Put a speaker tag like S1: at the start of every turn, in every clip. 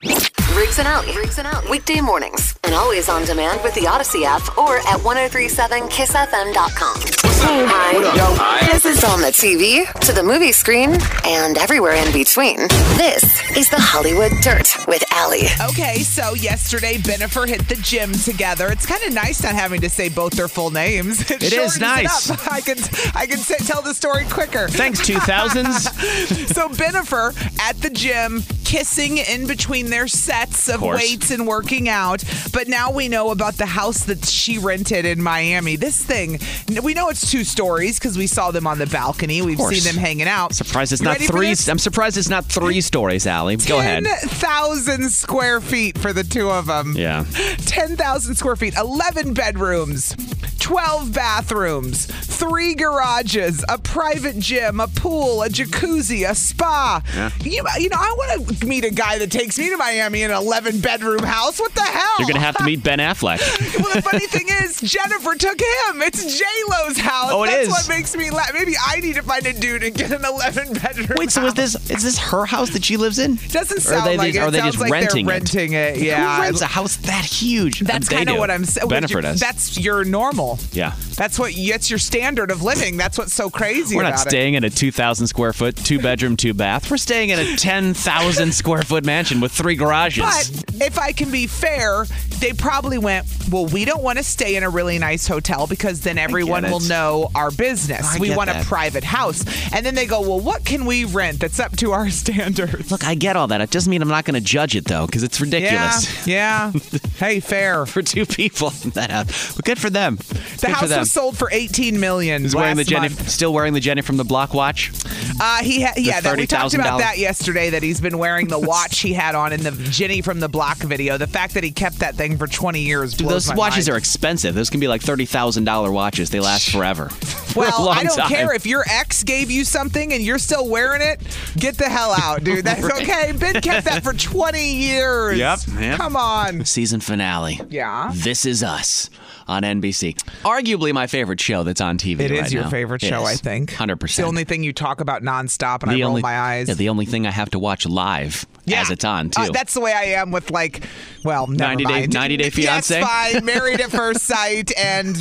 S1: Freaks and Out. Freaks and Out. Weekday mornings. And always on demand with the Odyssey app or at 1037kissfm.com. Hi. This is on the TV, to the movie screen, and everywhere in between. This is the Hollywood Dirt with Allie.
S2: Okay, so yesterday, Benifer hit the gym together. It's kind of nice not having to say both their full names. It,
S3: It is
S2: shortens
S3: nice.
S2: up. I can I can say, tell the story quicker.
S3: Thanks, 2000s.
S2: so Benifer at the gym, kissing in between their sets of
S3: course.
S2: weights and working out. But now we know about the house that she rented in Miami. This thing, we know it's two stories because we saw them on the balcony. We've
S3: course.
S2: seen them hanging out.
S3: Surprised it's
S2: You
S3: not
S2: ready for
S3: three.
S2: this?
S3: I'm surprised it's not three stories, Allie. Go ahead.
S2: 10,000 square feet for the two of them.
S3: Yeah.
S2: 10,000 square feet, 11 bedrooms, 12 bathrooms, three garages, a private gym, a pool, a jacuzzi, a spa.
S3: Yeah.
S2: You, you know, I want to meet a guy that takes me to Miami in an 11 bedroom house. What the hell?
S3: You're gonna have to meet Ben Affleck.
S2: well, the funny thing is, Jennifer took him. It's J Lo's house.
S3: Oh, it
S2: That's
S3: is.
S2: what makes me laugh. Maybe I need to find a dude and get an 11 bedroom.
S3: Wait, so is this is this her house that she lives in?
S2: Doesn't
S3: Or
S2: sound
S3: they
S2: like
S3: just-
S2: it.
S3: are they
S2: sounds
S3: just
S2: like
S3: renting it?
S2: they're renting it. Yeah,
S3: Who rents a house that huge?
S2: that's
S3: They
S2: kind of
S3: do.
S2: what I'm saying.
S3: Bennifer does.
S2: That's your normal.
S3: Yeah.
S2: That's what. That's your standard of living. That's what's so crazy
S3: We're
S2: about
S3: not
S2: it.
S3: staying in a 2,000 square foot, two bedroom, two bath. We're staying in a 10,000 square foot mansion with three garages.
S2: But if I can be fair, they probably went, well, we don't want to stay in a really nice hotel because then everyone
S3: it.
S2: will know our business.
S3: I
S2: we
S3: get
S2: want a
S3: that.
S2: private house. And then they go, well, what can we rent that's up to our standards?
S3: Look, I get all that. It doesn't mean I'm not going to judge it, though, because it's ridiculous.
S2: Yeah. Yeah. hey, fair.
S3: For two people in that house. Well, good for them.
S2: The
S3: good for
S2: house
S3: them.
S2: was sold for 18 million.
S3: He's wearing the
S2: last
S3: Jenny,
S2: month.
S3: still wearing the Jenny from the block watch.
S2: Uh, he ha- yeah, that, we talked about
S3: $30,000
S2: that yesterday. That he's been wearing the watch he had on in the Ginny from the Block video. The fact that he kept that thing for 20 years.
S3: Dude,
S2: blows
S3: those
S2: my
S3: watches
S2: mind.
S3: are expensive. Those can be like thirty thousand dollar watches. They last forever. For a
S2: Well,
S3: long
S2: I don't
S3: time.
S2: care if your ex gave you something and you're still wearing it. Get the hell out, dude. That's okay. Ben kept that for 20 years.
S3: Yep, yep.
S2: Come on.
S3: Season finale.
S2: Yeah.
S3: This is Us on NBC. Arguably my favorite show that's on TV.
S2: It is
S3: right
S2: your
S3: now.
S2: favorite
S3: It
S2: show, I
S3: is.
S2: think.
S3: 100%.
S2: It's the only thing you talk about nonstop, and I
S3: The
S2: roll
S3: only-
S2: my eyes.
S3: Yeah, the only thing I have to watch live
S2: Yeah.
S3: as it's on, too.
S2: Uh, that's the way I am with like, well, never
S3: 90 day-
S2: mind.
S3: 90 day fiancé?
S2: That's fine. Married at first sight and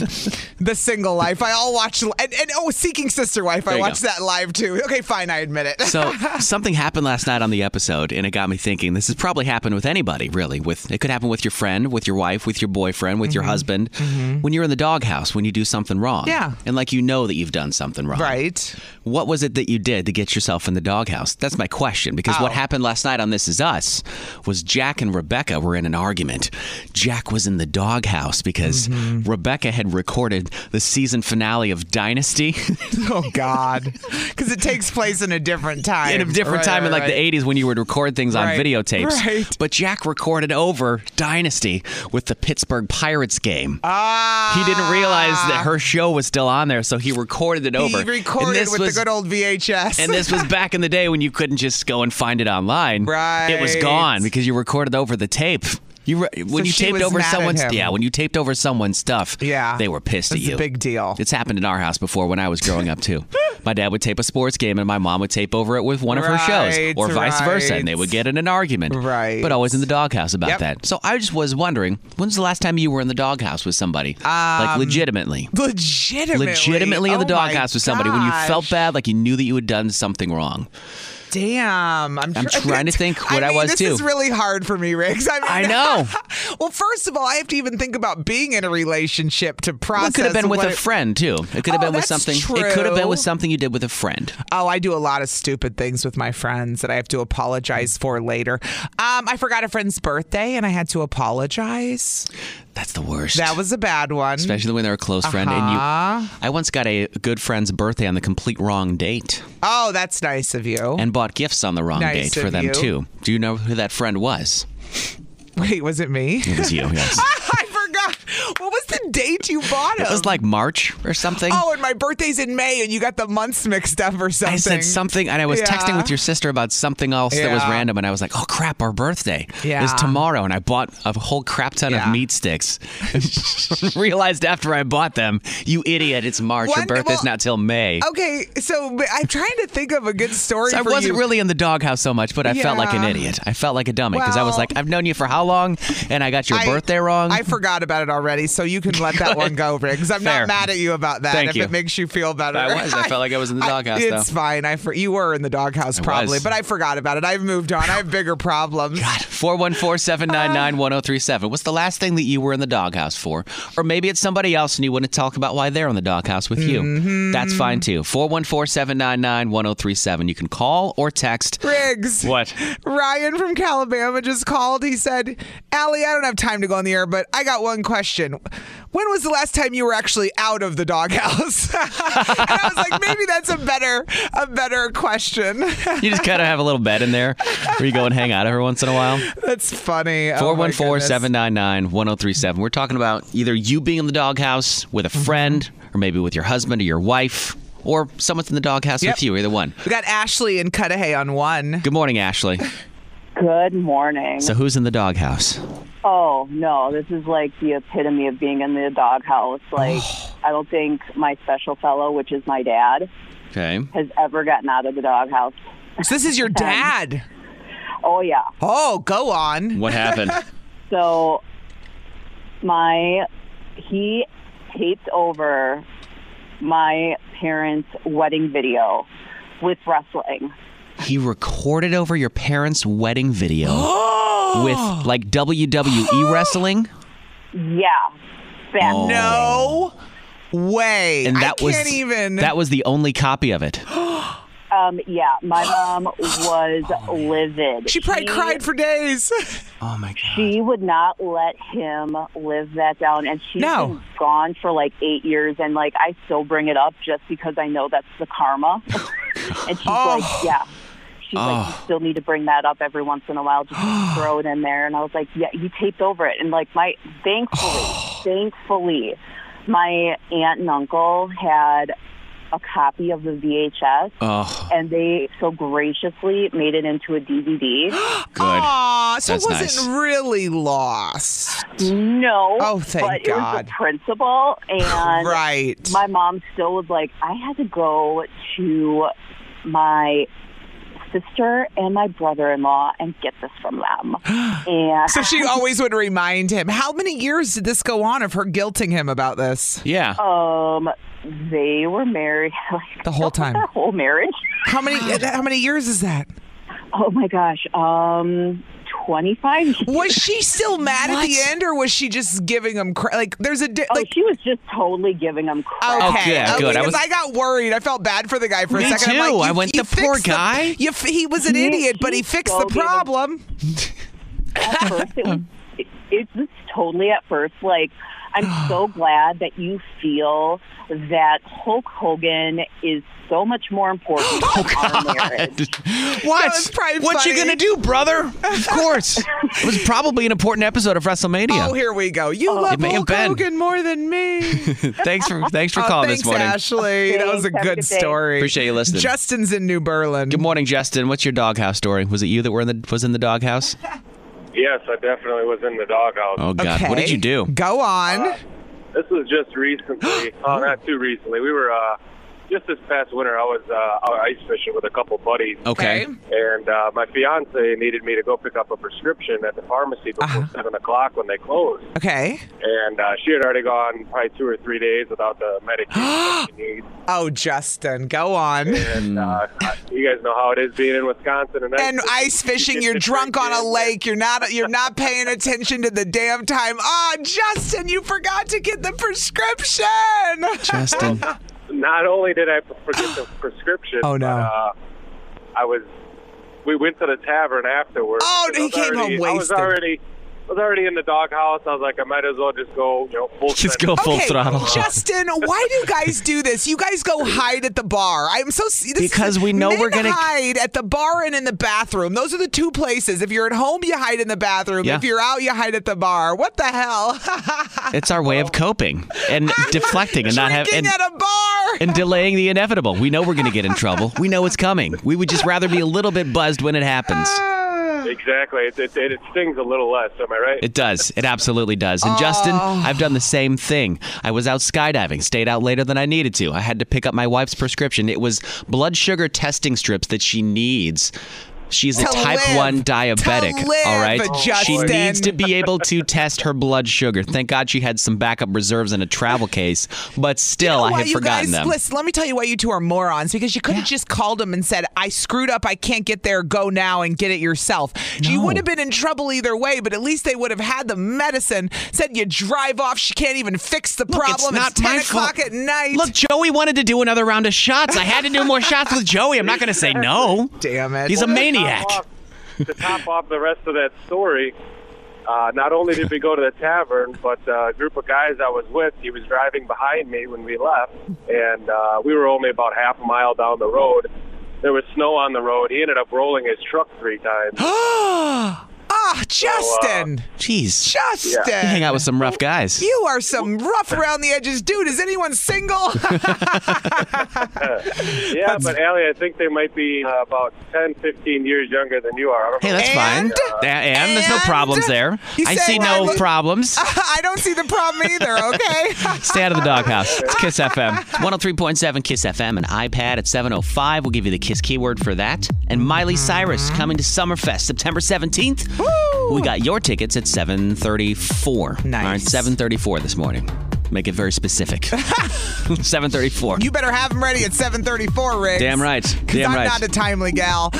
S2: the single life. I all watch and, and oh, Seeking Sister Wife.
S3: There
S2: I
S3: you
S2: watched
S3: go.
S2: that live too. Okay, fine. I admit it.
S3: So something happened last night on the episode, and it got me thinking. This has probably happened with anybody, really. With it could happen with your friend, with your wife, with your boyfriend, with your
S2: Mm-hmm.
S3: husband. When you're in the doghouse, when you do something wrong,
S2: Yeah.
S3: and like you know that you've done something wrong,
S2: right.
S3: What was it that you did to get yourself in the doghouse? That's my question. Because what
S2: Oh.
S3: happened last night on This Is Us was Jack and Rebecca were in an argument. Jack was in the doghouse because
S2: Mm-hmm.
S3: Rebecca had recorded the season finale of Dynasty.
S2: Oh God, because it takes place in a different time.
S3: in a different
S2: Right,
S3: time in
S2: right,
S3: like
S2: right.
S3: the 80s when you would record things on
S2: Right.
S3: videotapes.
S2: Right.
S3: But Jack recorded over Dynasty with the Pittsburgh Pirates game.
S2: Ah,
S3: he didn't realize that her show was still on there, so he recorded it over.
S2: He
S3: And
S2: recorded
S3: this
S2: with
S3: was-
S2: the good old VHS.
S3: And this was back in the day when you couldn't just go and find it online.
S2: Right.
S3: It was gone because you recorded over the tape. You re- when you
S2: she
S3: taped
S2: was
S3: over
S2: mad at
S3: someone's
S2: him.
S3: yeah when you taped over someone's stuff
S2: Yeah.
S3: they were pissed
S2: That's
S3: at
S2: a
S3: you
S2: big deal.
S3: it's happened in our house before when I was growing up too my dad would tape a sports game and my mom would tape over it with one of her shows
S2: Right,
S3: or vice versa and they
S2: right.
S3: would get in an argument
S2: Right.
S3: but always in the doghouse about
S2: Yep.
S3: that so I just was wondering when's the last time you were in the doghouse with somebody like legitimately
S2: Um, legitimately,
S3: legitimately in the
S2: Oh, my
S3: doghouse with somebody when you felt
S2: gosh.
S3: bad like you knew that you had done something wrong
S2: Damn, I'm,
S3: I'm trying to think what I
S2: mean,
S3: was,
S2: this
S3: too.
S2: is really hard for me, Riggs. I, mean,
S3: I know.
S2: well, first of all, I have to even think about being in a relationship to
S3: Well,
S2: process.
S3: it could have been with
S2: what
S3: a
S2: it-
S3: friend too. It could have
S2: Oh,
S3: been with
S2: that's
S3: something. It could have been
S2: true.
S3: with something you did with a friend.
S2: Oh, I do a lot of stupid things with my friends that I have to apologize for later. Um, I forgot a friend's birthday and I had to apologize.
S3: That's the worst.
S2: That was a bad one.
S3: especially when they're a close friend. And you,
S2: Uh-huh.
S3: I once got a good friend's birthday on the complete wrong date
S2: Oh, that's nice of you.
S3: and bought gifts on the wrong
S2: Nice
S3: date
S2: of
S3: for them
S2: you.
S3: too. Do you know who that friend was?
S2: Wait, was it me? Oh.
S3: It was you. Yes.
S2: I forgot. What was the date you bought him?
S3: It was like March or something.
S2: Oh, and my birthday's in May, and you got the months mixed up or something.
S3: I said something, and I was
S2: Yeah.
S3: texting with your sister about something else that was
S2: Yeah.
S3: random, and I was like, "Oh crap, our birthday
S2: Yeah.
S3: is tomorrow," and I bought a whole crap ton
S2: Yeah.
S3: of meat sticks. and realized after I bought them, you idiot! It's March.
S2: When-
S3: your birthday's
S2: well,
S3: not till May.
S2: Okay, so but I'm trying to think of a good story.
S3: So I
S2: for
S3: wasn't
S2: you.
S3: really in the doghouse so much, but I felt like an
S2: Yeah.
S3: idiot. I felt like a dummy because I was
S2: Well-
S3: like, "I've known you for how long?" And I got your
S2: I-
S3: birthday wrong.
S2: I forgot about it already, so you can let that one go, Rick. Because I'm
S3: Fair.
S2: not mad at you about that.
S3: Thank
S2: if
S3: you.
S2: it makes you feel better,
S3: I was. I felt like I was in the doghouse,
S2: It's fine. I for, you were in the doghouse probably,
S3: was.
S2: but I forgot about it. I've moved on. I have bigger problems.
S3: God, 414-799-1037. What's the last thing that you were in the doghouse for? Or maybe it's somebody else and you want to talk about why they're in the doghouse with you.
S2: Mm-hmm.
S3: That's fine too. 414-799-1037. You can call or text.
S2: Riggs.
S3: What?
S2: Ryan from Calabama just called. He said, Allie, I don't have time to go on the air, but I got one question. When was the last time you were actually out of the doghouse? and I was like, maybe that's a better a better question.
S3: You just kind of have a little bed in there where you go and hang out every once in a while.
S2: that's funny. Oh, my goodness.
S3: 414-799-1037. We're talking about either you being in the doghouse with a
S2: Mm-hmm.
S3: friend or maybe with your husband or your wife or someone's in the doghouse
S2: Yep.
S3: with you, either one.
S2: We got Ashley and Cudahy on one.
S3: Good morning, Ashley.
S4: Good morning.
S3: So who's in the doghouse?
S4: oh no, this is like the epitome of being in the doghouse. Like I don't think my special fellow, which is my dad,
S3: Okay.
S4: has ever gotten out of the doghouse.
S2: So this is your dad.
S4: Oh yeah.
S2: Oh, go on.
S3: What happened?
S4: So my he taped over my parents' wedding video with wrestling.
S3: He recorded over your parents' wedding video with like WWE wrestling.
S4: Yeah. Back
S2: Oh. No way.
S3: And that
S2: I
S3: was
S2: can't even.
S3: that was the only copy of it.
S4: um yeah, my mom was livid.
S2: she probably cried for days.
S3: Oh my god.
S4: she would not let him live that down and she's
S2: No.
S4: been gone for like eight years and like i still bring it up just because i know that's the karma and she's like yeah she's like you still need to bring that up every once in a while just throw it in there and i was like yeah you taped over it and like my thankfully thankfully my aunt and uncle had a copy of the vhs
S3: Oh,
S4: and they so graciously made it into a dvd
S3: good.
S2: Aw, so
S3: That's
S2: it wasn't
S3: nice.
S2: really lost.
S4: No.
S2: Oh, thank
S4: but It was
S2: God.
S4: the principal, and
S2: Right.
S4: my mom still was like, I had to go to my sister and my brother-in-law and get this from them. And
S2: so she always would remind him. How many years did this go on of her guilting him about this?
S3: Yeah.
S4: um, they were married like
S2: The whole time.
S4: their whole marriage.
S2: How many how many years is that?
S4: Oh my gosh, um, twenty-five. years.
S2: Was she still mad at the end or was she just giving him cra- like there's a di-
S4: Oh,
S2: like
S4: she was just totally giving them crap.
S3: Oh, good,
S2: Okay,
S3: good. I
S2: Because I,
S3: was-
S2: got worried. I felt bad for the guy for a
S3: Me
S2: second. I'm
S3: too.
S2: like,
S3: I
S2: you-
S3: went,
S2: you
S3: "The poor
S2: fixed
S3: guy."
S2: you f- he was an
S4: He-
S2: idiot, but he
S4: he
S2: fixed
S4: so
S2: the
S4: gave him-
S2: problem.
S4: at first it was it, it was totally at first like I'm so glad that you feel that Hulk Hogan is so much more important
S2: Oh,
S4: than our marriage.
S3: What?
S2: was probably
S3: What you
S2: funny.
S3: gonna do, brother? Of course. it was probably an important episode of WrestleMania.
S2: Oh, here we go. You love
S3: It may have
S2: Hulk
S3: been.
S2: Hogan more than me.
S3: thanks for thanks for
S2: Oh,
S3: calling
S2: thanks,
S3: this morning.
S2: Ashley. That was a
S4: Thanks. Have a
S2: good
S4: good day.
S2: story.
S3: Appreciate you listening.
S2: Justin's in New Berlin.
S3: Good morning, Justin. What's your doghouse story? Was it you that were in the was in the doghouse?
S5: Yes, I definitely was in the doghouse.
S3: Oh God!
S2: Okay.
S3: What did you do?
S2: Go on.
S5: This was just recently. oh, not too recently. We were uh, just this past winter. I was uh, out ice fishing with a couple buddies,
S3: Okay.
S5: and uh, my fiance needed me to go pick up a prescription at the pharmacy before
S2: Uh-huh.
S5: seven o'clock when they closed.
S2: Okay.
S5: And uh, she had already gone probably two or three days without the medication that she needs.
S2: Oh, Justin, go on.
S5: And uh,
S3: Hmm.
S5: you guys know how it is being in Wisconsin and ice
S2: And
S5: fishing.
S2: ice
S5: You
S2: fishing,
S5: get
S2: you're
S5: to
S2: drunk
S5: drink
S2: on a
S5: in.
S2: lake. You're not you're not paying attention to the damn time. Ah, Justin, you forgot to get the prescription.
S3: Justin.
S5: not only did I forget the prescription,
S2: Oh, no.
S5: but, uh, I was. We went to the tavern afterwards.
S2: Oh,
S5: because I
S2: he
S5: was
S2: came home
S5: already- I was
S2: wasted.
S5: already. was already in the doghouse. I was like, I might as well just go, you know, full.
S3: Just
S5: send
S3: go
S5: it.
S3: full
S2: okay,
S3: throttle.
S2: Justin, why do you guys do this? You guys go hide at the bar. I'm so this is-
S3: Because we know
S2: men
S3: we're gonna-
S2: hide at the bar and in the bathroom. Those are the two places. If you're at home, you hide in the bathroom.
S3: Yeah.
S2: If you're out, you hide at the bar. What the hell?
S3: It's our way of coping and deflecting and not having
S2: Drinking
S3: and,
S2: at a bar.
S3: and delaying the inevitable. We know we're going to get in trouble. We know it's coming. We would just rather be a little bit buzzed when it happens.
S5: Exactly. It, it, it, stings a little less. Am I right?
S3: It does. It absolutely does. And Justin,
S2: Oh.
S3: I've done the same thing. I was out skydiving, stayed out later than I needed to. I had to pick up my wife's prescription. It was blood sugar testing strips that she needs. She's a
S2: To
S3: type
S2: live.
S3: 1 diabetic,
S2: To
S3: all
S2: live,
S3: right? She
S2: Justin.
S3: needs to be able to test her blood sugar. Thank God she had some backup reserves in a travel case, but still I
S2: why
S3: had
S2: you
S3: forgotten
S2: guys,
S3: them.
S2: Listen, let me tell you why you two are morons because you could have just called him and said, I screwed up. I can't get there. Go now and get it yourself. You
S3: No.
S2: would have been in trouble either way, but at least they would have had the medicine. Said you drive off. She can't even fix the
S3: Look,
S2: problem.
S3: It's not
S2: 10
S3: my
S2: o'clock
S3: fault.
S2: at night.
S3: Look, Joey wanted to do another round of shots. I had to do more shots with Joey. I'm not going to say no.
S2: Damn it.
S3: He's a maniac.
S5: Top off, to top off the rest of that story, uh, not only did we go to the tavern, but uh, a group of guys I was with, he was driving behind me when we left, and uh, we were only about half a mile down the road. There was snow on the road. He ended up rolling his truck three times.
S2: Ah, Justin.
S3: Jeez.
S2: Justin.
S3: You hang out with some rough guys.
S2: You are some rough around the edges dude. Is anyone single?
S5: yeah, but Allie, I think they might be uh, about 10, 15 years younger than you are. I don't
S3: Hey,
S5: know.
S3: that's
S2: And-
S3: fine. Tha- And, there's no
S2: and-
S3: problems there.
S2: You
S3: I
S2: say
S3: see
S2: I
S3: no
S2: look-
S3: problems.
S2: I don't see the problem either, okay?
S3: Stay out of the doghouse. It's Kiss FM. 103.7 Kiss FM, an iPad at 7.05. We'll give you the Kiss keyword for that. And Miley Cyrus coming to Summerfest September 17th. We got your tickets at 7.34.
S2: Nice.
S3: All right, 7.34 this morning. Make it very specific. 7.34.
S2: You better have them ready at 7:34, Riggs.
S3: Damn right.
S2: Because
S3: Damn
S2: I'm
S3: right.
S2: not a timely gal.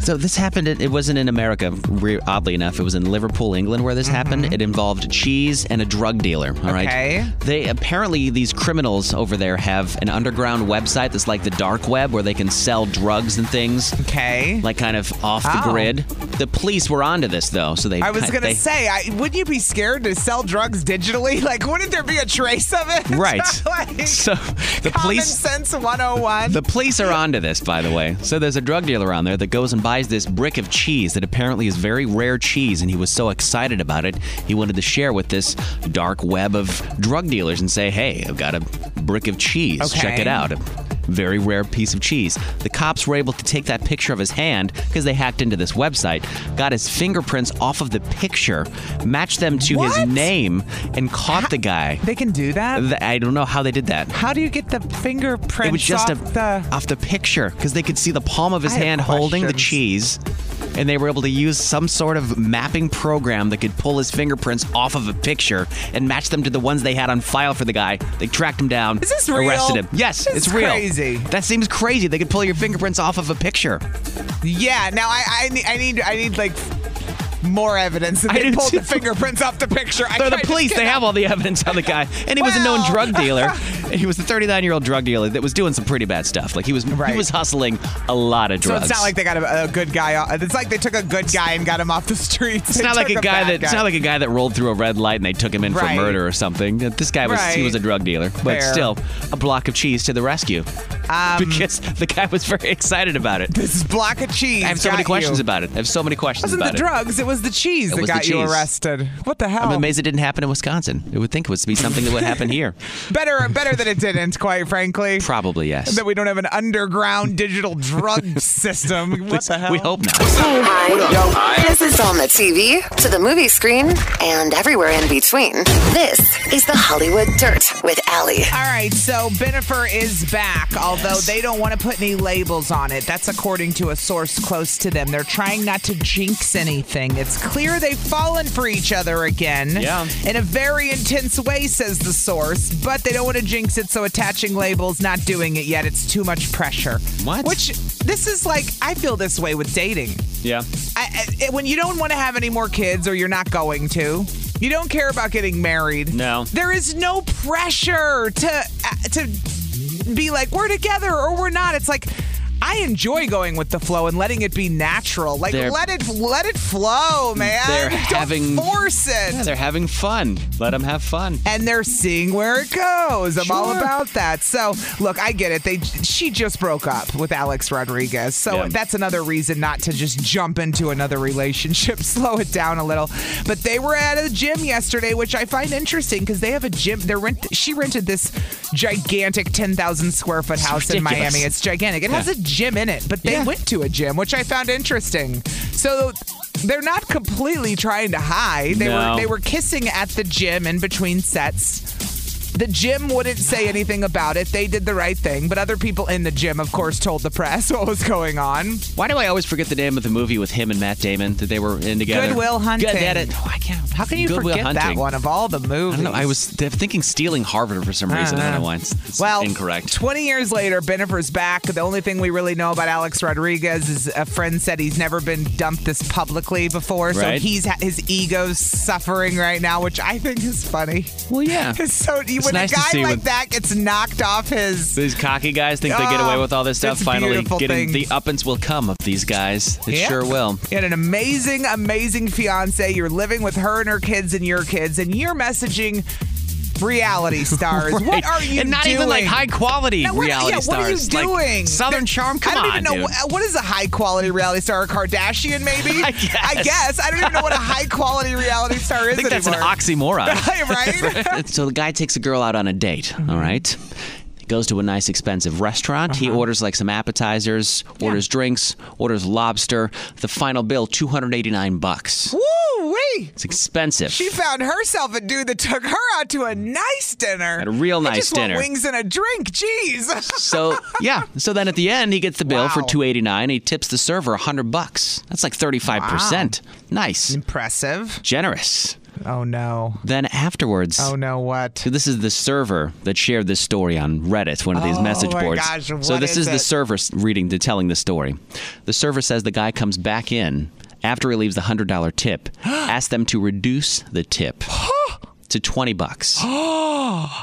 S3: So this happened. It it wasn't in America. re- Oddly enough, it was in Liverpool, England, where this
S2: Mm-hmm.
S3: happened. It involved cheese and a drug dealer. All right.
S2: Okay.
S3: They apparently these criminals over there have an underground website that's like the dark web, where they can sell drugs and things,
S2: Okay.
S3: like kind of off the
S2: Oh.
S3: grid. The police were onto this though, so they.
S2: I was
S3: cut-
S2: gonna
S3: they-
S2: say, I, wouldn't you be scared to sell drugs digitally? Like, wouldn't there be a trace of it?
S3: Right.
S2: like,
S3: so the
S2: common
S3: police.
S2: sense 101.
S3: The police are onto this, by the way. So there's a drug dealer on there that goes and buys this brick of cheese that apparently is very rare cheese, and he was so excited about it, he wanted to share with this dark web of drug dealers and say, "Hey, I've got a brick of cheese. Check
S2: Okay.
S3: it out." A very rare piece of cheese. The cops were able to take that picture of his hand because they hacked into this website, got his fingerprints off of the picture, matched them to his
S2: What?
S3: name, and caught the guy.
S2: they can do that.
S3: Th- I don't know how they did that.
S2: How do you get the fingerprints
S3: It was just
S2: off
S3: a,
S2: the?
S3: off the picture because they could see the palm of his
S2: I have
S3: hand holding the cheese,
S2: questions.
S3: and they were able to use some sort of mapping program that could pull his fingerprints off of a picture and match them to the ones they had on file for the guy. They tracked him down.
S2: Is this
S3: Arrested
S2: real?
S3: him. Yes,
S2: This
S3: it's
S2: is
S3: real.
S2: crazy.
S3: That seems crazy. They could pull your fingerprints off of a picture.
S2: Yeah. Now I, I, need, I need, I need like more evidence that
S3: I
S2: they
S3: do
S2: pulled
S3: too.
S2: the fingerprints off the picture. I-
S3: They're
S2: I
S3: the
S2: just
S3: police. They
S2: cannot-
S3: have all the evidence on the guy, and he was a known
S2: Well.
S3: drug dealer. he was a 39-year-old drug dealer that was doing some pretty bad stuff. Like he was,
S2: Right.
S3: he was hustling a lot of
S2: So
S3: drugs.
S2: it's not like they got a, a good guy. off- It's like they took a good guy and got him off the streets.
S3: It's not like a guy that it's not like a guy that rolled through a red light and they took him in
S2: Right.
S3: for murder or something. This guy was he
S2: Right.
S3: was a drug dealer, but
S2: Fair. Um,
S3: still a block of cheese to the rescue because the guy was very excited about it.
S2: this block of cheese.
S3: I have so many questions about it. I have so many questions
S2: It wasn't
S3: about
S2: the
S3: it.
S2: drugs. It was the cheese that
S3: was the
S2: got you
S3: cheese.
S2: arrested. What the hell?
S3: I'm amazed it didn't happen in Wisconsin. It would think it would be something that would happen here.
S2: Better, better that it didn't. Quite frankly,
S3: Probably yes.
S2: that we don't have an underground digital drug system. What the hell?
S3: We hope not.
S1: Hi. This is on the TV, to the movie screen, and everywhere in between. This is the Hollywood Dirt with Allie.
S2: All right, so Benifer is back, although they don't want to put any labels on it. That's according to a source close to them. They're trying not to jinx anything. It's clear they've fallen for each other again.
S3: Yeah.
S2: In a very intense way, says the source, but they don't want to jinx it, so attaching labels, not doing it yet. It's too much pressure.
S3: What?
S2: Which, this is like, I feel this way with dating.
S3: Yeah.
S2: I, I, when you don't want to have any more kids or you're not going to, you don't care about getting married.
S3: No.
S2: There is no pressure to uh, to be like we're together or we're not. It's like I enjoy going with the flow and letting it be natural. Like
S3: They're-
S2: let it let it flow, man.
S3: They're
S2: Don't
S3: having-
S2: force it.
S3: Yeah, they're having fun. Let them have fun.
S2: and they're seeing where it goes. I'm all
S3: Sure.
S2: about that. So, look, I get it. They she just broke up with Alex Rodriguez. So,
S3: Yeah.
S2: that's another reason not to just jump into another relationship. Slow it down a little. But they were at a gym yesterday, which I find interesting because they have a gym. They rent she rented this gigantic 10,000 square foot house in
S3: ridiculous.
S2: Miami. It's gigantic. It has
S3: Yeah.
S2: a gym in it, but they
S3: Yeah.
S2: went to a gym, which I found interesting. So, they're not completely trying to hide. They
S3: No.
S2: were they were kissing at the gym in between sets. The gym wouldn't say anything about it. They did the right thing, but other people in the gym, of course, told the press what was going on.
S3: Why do I always forget the name of the movie with him and Matt Damon that they were in together?
S2: Goodwill Hunting.
S3: Good at it. Oh, I can't.
S2: How can you
S3: Goodwill
S2: forget that
S3: Hunting.
S2: one of all the
S3: I
S2: movies?
S3: don't know. I was th- thinking stealing Harvard for some reason. I don't know why. It's, it's
S2: Uh-huh. well,
S3: incorrect.
S2: 20 years later, Benifer's back. The only thing we really know about Alex Rodriguez is a friend said he's never been dumped this publicly before, so
S3: Right.
S2: he's his ego's suffering right now, which I think is funny.
S3: Well, yeah.
S2: It's so when
S3: nice
S2: a
S3: to
S2: guy
S3: see
S2: like
S3: when-
S2: that gets knocked off his
S3: These cocky guys think they get
S2: Ah,
S3: away with all this stuff.
S2: that's a
S3: Finally,
S2: beautiful
S3: getting
S2: thing.
S3: the uppance will come of these guys. It
S2: Yeah.
S3: sure will.
S2: You had an amazing, amazing fiance. You're living with her and her kids and your kids, and you're messaging reality stars. What
S3: Right.
S2: are you
S3: And not even like
S2: doing?
S3: high quality
S2: Now, what,
S3: reality
S2: yeah, what are you
S3: stars.
S2: doing?
S3: Like, Southern Charm. Come
S2: I don't
S3: on,
S2: even know
S3: dude.
S2: what- what is a high quality reality star. A Kardashian, maybe.
S3: I guess.
S2: I guess. I don't even know what a high quality reality star is
S3: I think that's an
S2: anymore.
S3: oxymoron.
S2: right?
S3: so the guy takes a girl out on a date,
S2: Mm-hmm.
S3: all right? He goes to a nice expensive restaurant. He
S2: Uh-huh.
S3: orders like some appetizers, orders drinks, orders lobster. The final bill 289 bucks.
S2: Woo wee!
S3: It's expensive.
S2: She found herself a dude that took her out to a nice dinner.
S3: a real
S2: I
S3: nice
S2: just want
S3: dinner.
S2: wings and a drink. Jeez.
S3: so yeah, so then at the end he gets the bill for
S2: Wow.
S3: 289. He tips the server 100 bucks. That's like 35%. Nice.
S2: Impressive.
S3: Generous.
S2: Oh no.
S3: Then afterwards
S2: Oh no. What?
S3: So this is the server that shared this story on Reddit, one of these message
S2: Oh my
S3: boards.
S2: gosh,
S3: so
S2: what
S3: this
S2: is
S3: is,
S2: it?
S3: the server s- reading the telling the story. The server says the guy comes back in after he leaves the hundred dollar tip, asks them to reduce the tip to twenty bucks.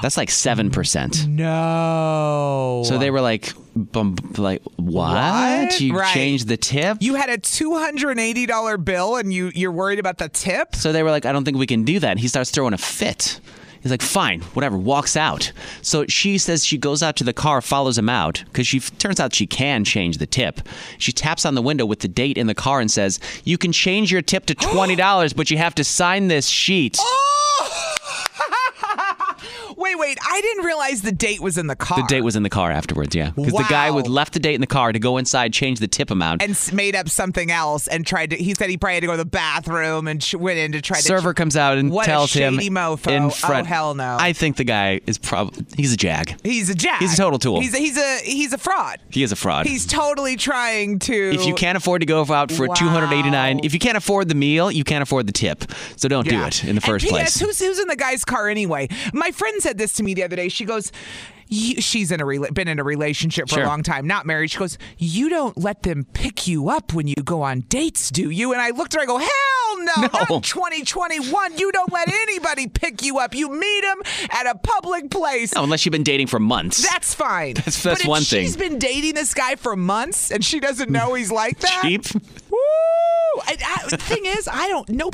S3: That's like seven percent.
S2: No.
S3: So they were like, bum, like what?
S2: What?
S3: You
S2: Right.
S3: changed the tip?
S2: you had a two hundred and eighty dollar bill, and you you're worried about the tip.
S3: So they were like, I don't think we can do that. And he starts throwing a fit. He's like, fine, whatever, walks out. So she says she goes out to the car, follows him out, because she turns out she can change the tip. She taps on the window with the date in the car and says, You can change your tip to $20, but you have to sign this sheet.
S2: Oh. Wait, wait. I didn't realize the date was in the car.
S3: The date was in the car afterwards, yeah. Because the guy
S2: Wow.
S3: would left the date in the car to go inside, change the tip amount.
S2: and s- made up something else, and tried to. He said he probably had to go to the bathroom, and sh- went in to try to.
S3: Server comes out and
S2: What a
S3: tells him
S2: shady mofo. Oh,
S3: in front.
S2: hell no.
S3: I think the guy is probably he's a jag.
S2: He's a jack.
S3: He's a total tool.
S2: He's a, he's a he's a fraud.
S3: He is a fraud.
S2: He's totally trying to.
S3: If you can't afford to go out for
S2: Wow.
S3: 289, if you can't afford the meal, you can't afford the tip. So don't do
S2: Yeah.
S3: it in the first
S2: and
S3: place.
S2: PS, Who's, who's in the guy's car anyway? My friend said this to me the other day. She goes, "You- she's in a rela- been in a relationship for
S3: Sure.
S2: a long time, not married. She goes, you don't let them pick you up when you go on dates, do you? And I looked at her, I go, hell no,
S3: No.
S2: not 2021. You don't let anybody pick you up. You meet them at a public place.
S3: No, unless you've been dating for months.
S2: That's fine. That's,
S3: that's
S2: but if
S3: one thing.
S2: She's been dating this guy for months, and she doesn't know he's like that.
S3: Cheap.
S2: Woo! I, I, the thing is, I don't know.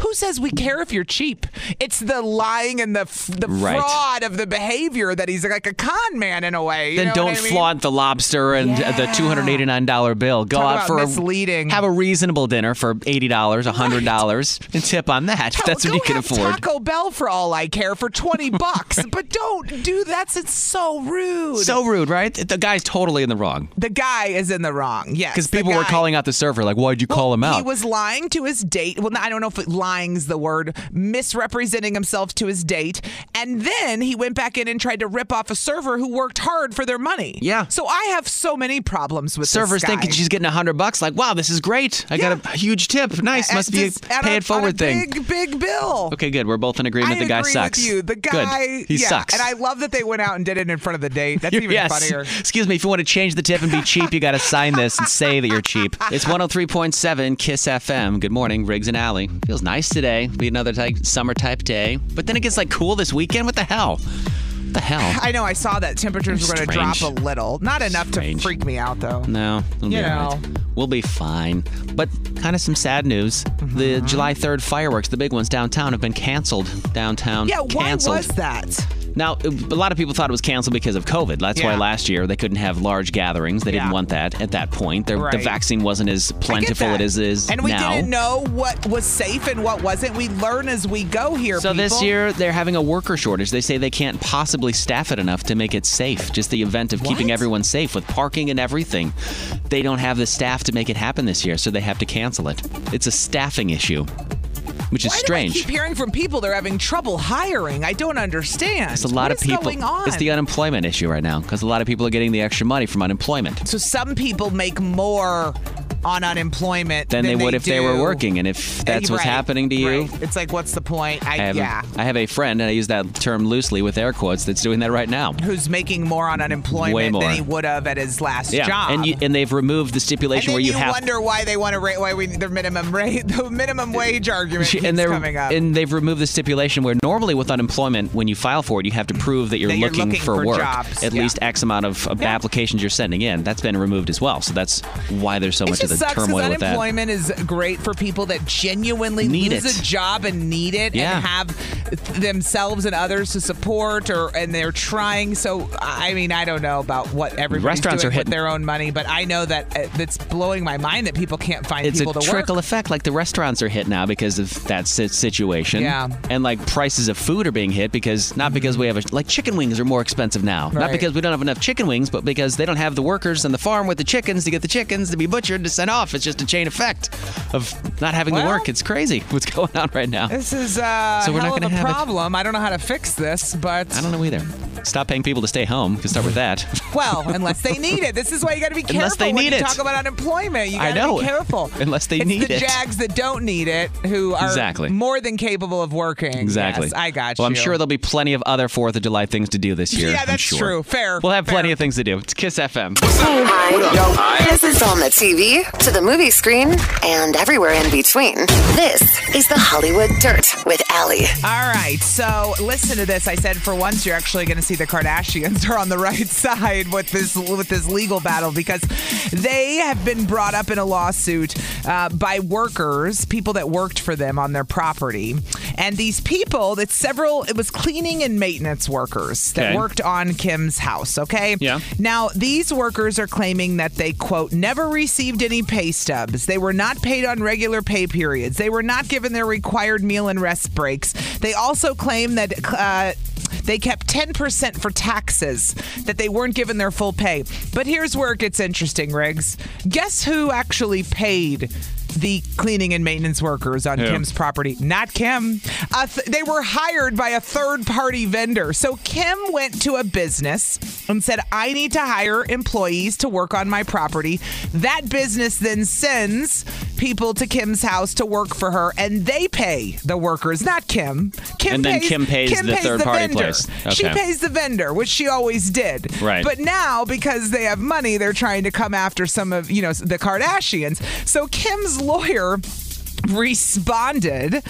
S2: Who says we care if you're cheap? It's the lying and the f- the
S3: Right.
S2: fraud of the behavior that he's like a con man in a way. you
S3: Then
S2: know what
S3: don't
S2: I mean?
S3: flaunt the lobster and uh, the
S2: Yeah.
S3: $289 bill. Go
S2: Talk
S3: out
S2: about
S3: for
S2: misleading.
S3: A, have a reasonable dinner for $80, $100 and tip on that. if
S2: Hell,
S3: That's what
S2: go
S3: you can
S2: have
S3: afford.
S2: Taco Bell for all I care for twenty bucks, but don't do that. It's so rude.
S3: So rude, right? The guy's totally in the wrong.
S2: the guy is in the wrong. Yes,
S3: Because
S2: the
S3: people were
S2: guy-
S3: calling out the server, like, why'd you call him out?
S2: He was lying to his date. Well, I don't know if lying's the word, misrepresenting himself to his date. And then he went back in and tried to rip off a server who worked hard for their money.
S3: Yeah.
S2: So I have so many problems with
S3: server's
S2: this guy.
S3: thinking she's getting a hundred bucks. Like, wow, this is great. I got a huge tip. Nice,
S2: At
S3: must be a
S2: this- at
S3: pay
S2: a-
S3: it forward
S2: on a
S3: thing.
S2: Big, big bill.
S3: Okay, good. We're both in agreement.
S2: I
S3: the guy
S2: agree
S3: sucks.
S2: With you. The guy,
S3: good. he
S2: yeah,
S3: sucks.
S2: And I love that they went out and did it in front of the date. That's even
S3: yes.
S2: funnier.
S3: Excuse me. If you want to change the tip and be cheap, you got to sign this and say that you're cheap. It's 103.7 Kiss FM. Good morning, Riggs and Alley. Feels nice today. Be another type, summer type day. But then it gets like cool this weekend. What the hell? What the hell?
S2: I know I saw that temperatures were going to drop
S3: Strange.
S2: a little, not enough
S3: Strange.
S2: to freak me out though.
S3: No, it'll be
S2: You
S3: all right.
S2: know.
S3: We'll be fine. But kind of some sad news. The
S2: Mm-hmm.
S3: July 3rd fireworks, the big ones downtown, have been canceled. Downtown.
S2: Yeah, why
S3: canceled.
S2: was that?
S3: Now, uh, a lot of people thought it was canceled because of COVID. That's why
S2: Yeah.
S3: last year they couldn't have large gatherings. They didn't
S2: Yeah.
S3: want that at that point. The, the
S2: Right.
S3: vaccine wasn't as
S2: I get
S3: plentiful
S2: that.
S3: as it is
S2: and we
S3: now.
S2: didn't know what was safe and what wasn't. We learn as we go here.
S3: So this
S2: people.
S3: year they're having a worker shortage. They say they can't possibly staff it enough to make it safe. Just the event of keeping
S2: What?
S3: everyone safe with parking and everything. They don't have the staff to make it happen this year, so they have to cancel it. It's a staffing issue, which is
S2: Why Do I
S3: strange.
S2: keep hearing from people they're having trouble hiring. I don't understand.
S3: It's a lot
S2: What
S3: of
S2: is
S3: people.
S2: going on?
S3: It's the unemployment issue right now because a lot of people are getting the extra money from unemployment.
S2: so some people make more on unemployment
S3: than they would if they were
S2: do- Eh,
S3: working. And if that's what's
S2: Right,
S3: happening to you,
S2: right. it's like, what's the point? I,
S3: I, have
S2: yeah.
S3: a, I have a friend, and I use that term loosely with air quotes, that's doing that right now.
S2: Who's making more on unemployment
S3: Way more.
S2: than he would have at his last
S3: Yeah,
S2: job?
S3: and you, and they've removed the
S2: And
S3: stipulation
S2: then
S3: where you, have
S2: wonder why they want to rate why we the minimum rate the minimum wage argument
S3: She-
S2: keeps
S3: and they're
S2: coming up.
S3: and they've removed the stipulation where normally with unemployment, when you file for it, you have to prove that you're,
S2: That you're looking for
S3: work,
S2: jobs,
S3: at
S2: yeah.
S3: least X amount of, of applications you're sending in. That's been removed as well. So that's why there's so
S2: It
S3: much of
S2: just
S3: the
S2: sucks because
S3: turmoil with that.
S2: unemployment is great for people that genuinely
S3: Need
S2: lose
S3: it.
S2: a job and need it
S3: Yeah.
S2: and have themselves and others to support or and they're trying. So I mean, I don't know about what everybody's
S3: Restaurants
S2: doing
S3: are
S2: with
S3: hitting-
S2: their own money, but I know that uh, that's blowing my mind that people can't find
S3: It's a
S2: people to
S3: trickle
S2: work.
S3: effect. Like the restaurants are hit now because of that si- situation.
S2: Yeah. Mm-hmm.
S3: And like prices of food are being hit because not because we have a, like chicken wings are more expensive now. Not
S2: Right.
S3: because we don't have enough chicken wings, but because they don't have the workers on the farm with the chickens to get the chickens to be butchered to send off. It's just a chain effect of not having the
S2: Well-
S3: work. It's crazy what's going on right now.
S2: This is uh,
S3: So we're not
S2: hell
S3: gonna
S2: of a
S3: have it.
S2: problem. I don't know how to fix this, but
S3: I don't know either. Stop paying people to stay home. We can start with that.
S2: Well, unless they need it. This is why you got to be careful
S3: Unless they
S2: when
S3: need
S2: you
S3: it.
S2: talk about unemployment. You
S3: I
S2: got to
S3: know.
S2: be careful.
S3: Unless they
S2: It's
S3: need
S2: the
S3: it.
S2: Jags that don't need it, who are
S3: Exactly.
S2: more than capable of working.
S3: exactly.
S2: Yes, I got
S3: Well,
S2: you.
S3: I'm sure there'll be plenty of other Fourth of July things to do this year.
S2: Yeah,
S3: I'm
S2: that's
S3: sure.
S2: true. Fair.
S3: We'll have
S2: Fair.
S3: plenty of things to do. It's Kiss FM.
S1: Hi. This is on the TV, to the movie screen, and everywhere in between. This is the Hollywood Dirt with Allie.
S2: All right. So listen to this. I said for once you're actually going to see the Kardashians are on the right side with this with this legal battle because they have been brought up in a lawsuit uh, by workers, people that worked for them on their property, and these people. It's several. It was cleaning and maintenance workers that
S3: Okay.
S2: worked on Kim's house. Okay.
S3: Yeah.
S2: Now, these workers are claiming that they, quote, never received any pay stubs. They were not paid on regular pay periods. They were not given their required meal and rest breaks. They also claim that. Uh, they kept 10% for taxes, that they weren't given their full pay. But here's where it gets interesting, Riggs. Guess who actually paid the cleaning and maintenance workers on Kim's property? Not Kim. A th- they were hired by a third party vendor. So Kim went to a business and said, I need to hire employees to work on my property. That business then sends people to Kim's house to work for her, and they pay the workers, not Kim. Kim
S3: And then
S2: pays,
S3: Kim pays the third-party
S2: vendor.
S3: place.
S2: She
S3: Okay.
S2: pays the vendor, which she always did.
S3: Right.
S2: But now, because they have money, they're trying to come after some of you know the Kardashians. So Kim's lawyer responded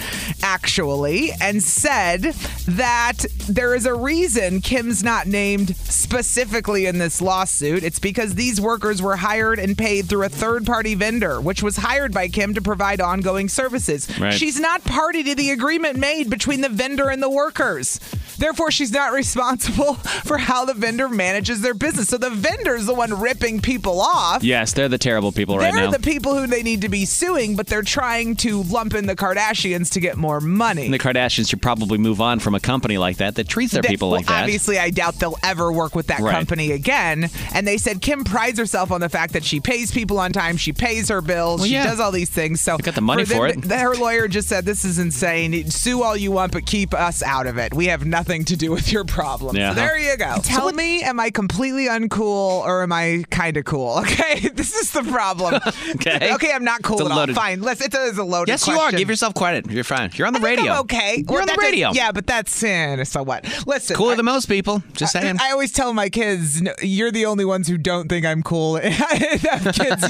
S2: actually and said that there is a reason Kim's not named specifically in this lawsuit. It's because these workers were hired and paid through a third party vendor, which was hired by Kim to provide ongoing services.
S3: Right.
S2: She's not party to the agreement made between the vendor and the workers. Therefore, she's not responsible for how the vendor manages their business. So the vendor's the one ripping people off.
S3: Yes, they're the terrible people right
S2: They're
S3: now.
S2: the people who they need to be suing, but they're trying to lump in the Kardashians to get more money.
S3: And the Kardashians should probably move on from a company like that that treats their
S2: That-
S3: people
S2: well,
S3: like that.
S2: Obviously, I doubt they'll ever work with that
S3: Right.
S2: company again. And they said Kim prides herself on the fact that she pays people on time, she pays her bills,
S3: Well,
S2: she
S3: yeah.
S2: does all these things. So
S3: got the money for it.
S2: th- Her lawyer just said, "This is insane. Sue all you want, but keep us out of it. We have nothing to do with your problem."
S3: Yeah.
S2: So there you go. Tell me, am I completely uncool or am I kind of cool? Okay, this is the problem.
S3: Okay.
S2: okay, I'm not cool
S3: It's a
S2: at all.
S3: loaded-
S2: Fine, let's. It is a loaded.
S3: Yes, you are.
S2: question.
S3: Give yourself credit. You're fine. You're on the
S2: I think
S3: radio.
S2: I'm okay.
S3: You're
S2: Well,
S3: on the
S2: that does-
S3: radio.
S2: Yeah, but that's in. So what? Listen.
S3: Cooler
S2: I-
S3: than most people. Just saying.
S2: I always tell my kids, "No, you're the only ones who don't think I'm cool. kids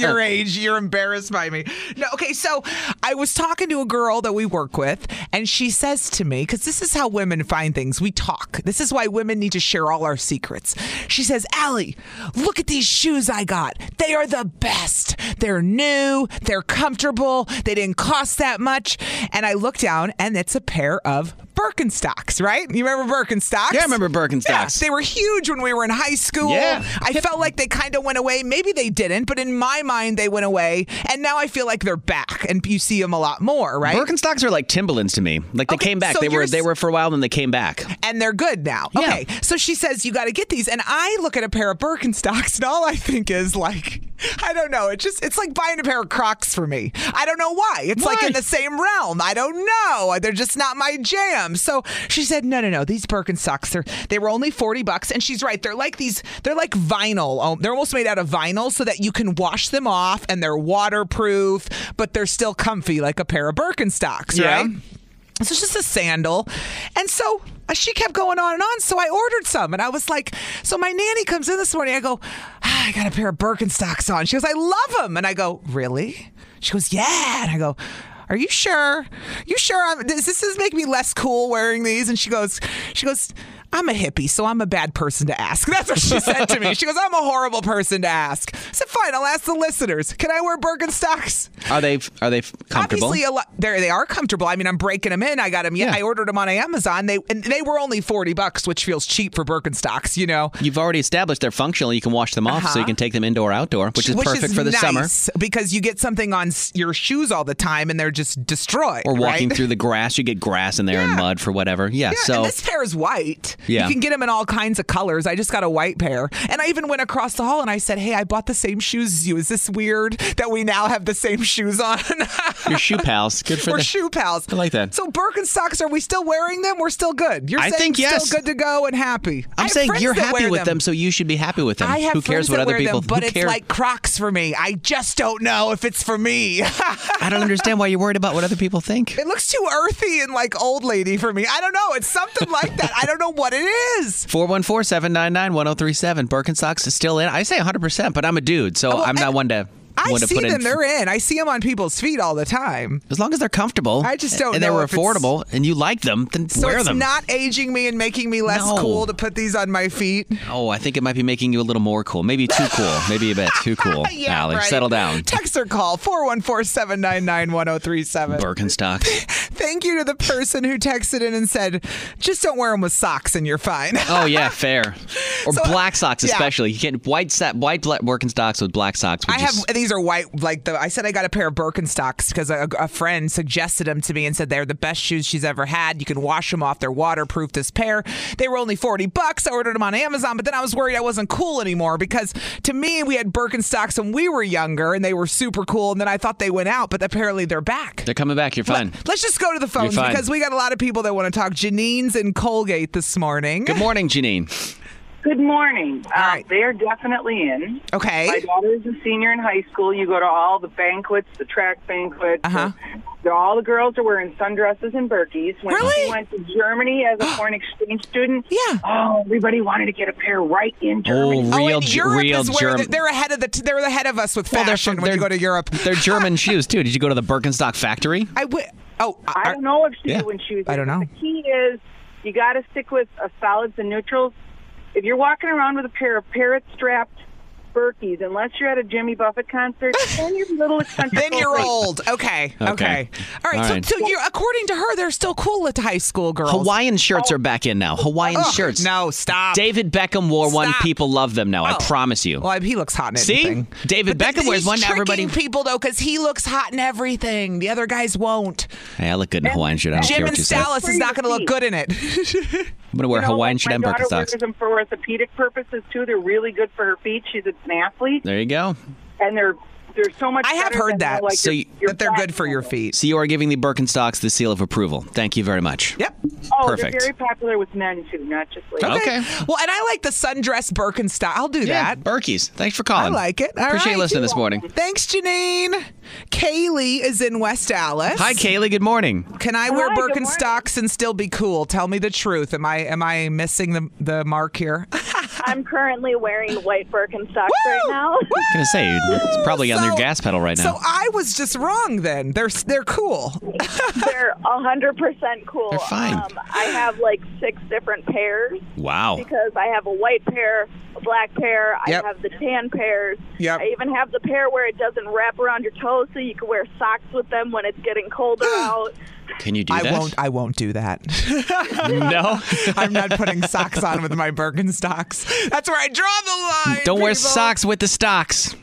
S2: your age, you're embarrassed by me. No, okay, so I was talking to a girl that we work with, and she says to me, because this is how women find things. We we talk. This is why women need to share all our secrets. She says, Allie, look at these shoes I got. They are the best. They're new, they're comfortable, they didn't cost that much. And I look down, and it's a pair of Birkenstocks, right? You remember Birkenstocks?
S3: Yeah, I remember
S2: Yeah,
S3: Birkenstocks.
S2: they were huge when we were in high school.
S3: Yeah.
S2: I felt like they kind of went away. Maybe they didn't, but in my mind, they went away. And now I feel like they're back, and you see them a lot more, right?
S3: Birkenstocks are like Timberlands to me. Like they
S2: Okay,
S3: came back.
S2: so
S3: they were
S2: yours-
S3: they were for a while, then they came back.
S2: and they're good now.
S3: Yeah.
S2: Okay. So she says, You got to get these. And I look at a pair of Birkenstocks, and all I think is, like, I don't know. It's just, it's like buying a pair of Crocs for me. I don't know why. It's like
S3: Why?
S2: in the same realm. I don't know. They're just not my jam. So she said, No, no, no. These Birkenstocks, they're, they were only 40 bucks. And she's right. They're like these, they're like vinyl. Oh, they're almost made out of vinyl so that you can wash them off and they're waterproof, but they're still comfy, like a pair of Birkenstocks,
S3: Yeah.
S2: right? So it's just a sandal. And so uh, she kept going on and on. So I ordered some. And I was like, so my nanny comes in this morning. I go, ah, I got a pair of Birkenstocks on. She goes, I love them. And I go, really? She goes, yeah. And I go, are you sure? You sure? I'm, does this is make me less cool wearing these? And she goes, she goes, I'm a hippie, so I'm a bad person to ask. That's what she said to me. She goes, I'm a horrible person to ask. I said, fine, I'll ask the listeners. Can I wear Birkenstocks?
S3: Are they are they f- comfortable?
S2: Obviously, a lot. There they are comfortable. I mean, I'm breaking them in. I got them. Yeah,
S3: Yeah.
S2: I ordered them on Amazon. They and they were only forty bucks, which feels cheap for Birkenstocks. You know.
S3: You've already established they're functional. You can wash them off, so you can take them indoor, outdoor, which is perfect for the summer.
S2: Uh-huh. nice, because you get something on s- your shoes all the time and they're just destroyed.
S3: Or walking
S2: right?
S3: through the grass, you get grass in there and
S2: Yeah.
S3: mud for whatever. Yeah.
S2: Yeah,
S3: so
S2: and this pair is white.
S3: Yeah.
S2: You can get them in all kinds of colors. I just got a white pair. And I even went across the hall and I said, Hey, I bought the same shoes as you. Is this weird that we now have the same shoes on?
S3: your shoe pals, good for
S2: We're
S3: the-
S2: shoe pals.
S3: I like that.
S2: So Birkenstocks, are we still wearing them? We're still good. You're
S3: I
S2: saying
S3: think yes.
S2: still good to go and happy.
S3: I'm
S2: I have
S3: saying
S2: friends
S3: you're
S2: that
S3: happy
S2: wear
S3: with them. so you should be happy with them.
S2: I have
S3: Who cares
S2: friends
S3: what
S2: that
S3: other
S2: wear
S3: people?
S2: them, but
S3: who
S2: it's
S3: cares?
S2: like Crocs for me. I just don't know if it's for me. it
S3: I don't understand why you're worried about what other people think.
S2: looks too earthy and like old lady for me. I don't know. It's something like that. I don't know what it is.
S3: 414 799 1037. Birkenstocks is still in. I say 100%, but I'm a dude, so
S2: Well,
S3: I'm not
S2: and
S3: one to,
S2: I
S3: one to
S2: see
S3: put
S2: them.
S3: in.
S2: They're in. I see them on people's feet all the time.
S3: As long as they're comfortable
S2: I just don't
S3: and
S2: know
S3: they were
S2: if it's-
S3: affordable and you like them, then
S2: So
S3: wear
S2: it's
S3: them.
S2: not aging me and making me less
S3: No.
S2: cool to put these on my feet.
S3: oh, I think it might be making you a little more cool. Maybe too cool. Maybe a bit too cool.
S2: yeah,
S3: Allie,
S2: right.
S3: settle down.
S2: Text or call 414-799-1037.
S3: Birkenstocks.
S2: Thank you to the person who texted in and said, just don't wear them with socks and you're fine.
S3: Oh yeah, fair. Or
S2: So,
S3: black socks,
S2: yeah.
S3: especially. You can't white sa- white black Birkenstocks with black socks. Would
S2: I
S3: just,
S2: have these are white like the I said I got a pair of Birkenstocks because a, a friend suggested them to me and said they're the best shoes she's ever had. You can wash them off; they're waterproof. This pair, they were only forty bucks. I ordered them on Amazon, but then I was worried I wasn't cool anymore because to me we had Birkenstocks when we were younger and they were super cool, and then I thought they went out, but apparently they're back.
S3: They're coming back. You're fine.
S2: Let's just go to the phones
S3: fine.
S2: because we got a lot of people that want to talk. Janine's in Colgate this morning.
S3: Good morning, Janine.
S4: Good morning.
S2: All
S4: Uh,
S2: right.
S4: They're definitely in. My
S2: Okay.
S4: daughter is a senior in high school. You go to all the banquets, the track banquets.
S2: Uh-huh.
S4: They're- All the girls are wearing sundresses and burkies. When
S2: Really?
S4: she went to Germany as a foreign exchange student,
S2: Yeah.
S4: oh, everybody wanted to get a pair right in Germany.
S3: real,
S2: oh, and
S3: Ge-
S2: Europe
S3: real
S2: is where
S3: Germ-
S2: the- they're ahead of the t- they're ahead of us with fashion
S3: Well, they're from-
S2: when you
S3: they're-
S2: go to Europe.
S3: They're German shoes too. Did you go to the Birkenstock factory?
S2: I would. Oh,
S4: I don't know if she
S3: Yeah.
S4: did when she was.
S2: I don't
S4: there, but
S2: know.
S4: The key is you got to stick with uh, solids and neutrals. If you're walking around with a pair of parrot-strapped Berkeys, unless you're at a Jimmy Buffett concert, then you're a little eccentric.
S2: Then you're old. Okay. Okay.
S3: Okay.
S2: All right.
S3: All
S2: so,
S3: right.
S2: so you're according to her, they're still cool with the high school girls.
S3: Hawaiian shirts are back in now. Hawaiian
S2: Oh. Ugh,
S3: shirts.
S2: No, stop.
S3: David Beckham wore one.
S2: Stop.
S3: People love them now.
S2: Oh.
S3: I promise you.
S2: Well, he looks hot in
S3: See?
S2: everything.
S3: David
S2: But th-
S3: Beckham wears
S2: he's
S3: one, now everybody-
S2: tricking people though, because he looks hot in everything. The other guys won't.
S3: Hey, I look good in a Hawaiian shirt. I don't
S2: Jim
S3: care
S2: and
S3: what you say. I'm
S2: Salas is not going to look good in it.
S3: gonna wear
S4: You know,
S3: Hawaiian
S4: like
S3: shirt and
S4: My daughter wears
S3: Birkenstocks.
S4: them for orthopedic purposes too. They're really good for her feet. She's an athlete,
S3: There you go.
S4: and they're they're so much.
S2: I have
S4: better
S2: heard
S4: than,
S2: that.
S4: Like
S3: So
S4: your,
S3: you-
S4: your
S2: that they're
S4: flat
S2: good for your
S4: models.
S2: feet.
S3: So you are giving the Birkenstocks the seal of approval. Thank you very much.
S2: Yep.
S4: Oh,
S3: Perfect.
S4: they're very popular with men too, not just ladies.
S3: Okay.
S2: Well, and I like the sundress Birkenstock. I'll do
S3: Yeah,
S2: that.
S3: Berkeys. Thanks for calling.
S2: I like it. All
S3: Appreciate
S2: right.
S3: you listening this morning.
S2: Thanks, Janine. Kaylee is in West Dallas.
S3: Hi, Kaylee. Good morning.
S2: Can I wear
S4: Hi, good morning.
S2: Birkenstocks and still be cool? Tell me the truth. Am I am I missing the the mark here?
S6: I'm currently wearing white Birkenstocks right now.
S3: gonna say it's probably on your
S2: So-
S3: gas pedal right now.
S2: So I was just wrong then. They're they're cool.
S6: They're 100% cool.
S3: They're fine.
S6: Um, I have like six different pairs
S3: wow.
S6: because I have a white pair, a black pair,
S2: Yep.
S6: I have the tan pairs.
S2: Yep.
S6: I even have the pair where it doesn't wrap around your toes so you can wear socks with them when it's getting colder out.
S3: Can you do
S2: I
S3: that?
S2: won't I won't do that.
S3: No.
S2: I'm not putting socks on with my Birkenstocks. That's where I draw the line.
S3: Don't wear
S2: people. Uh,
S3: socks with the stocks.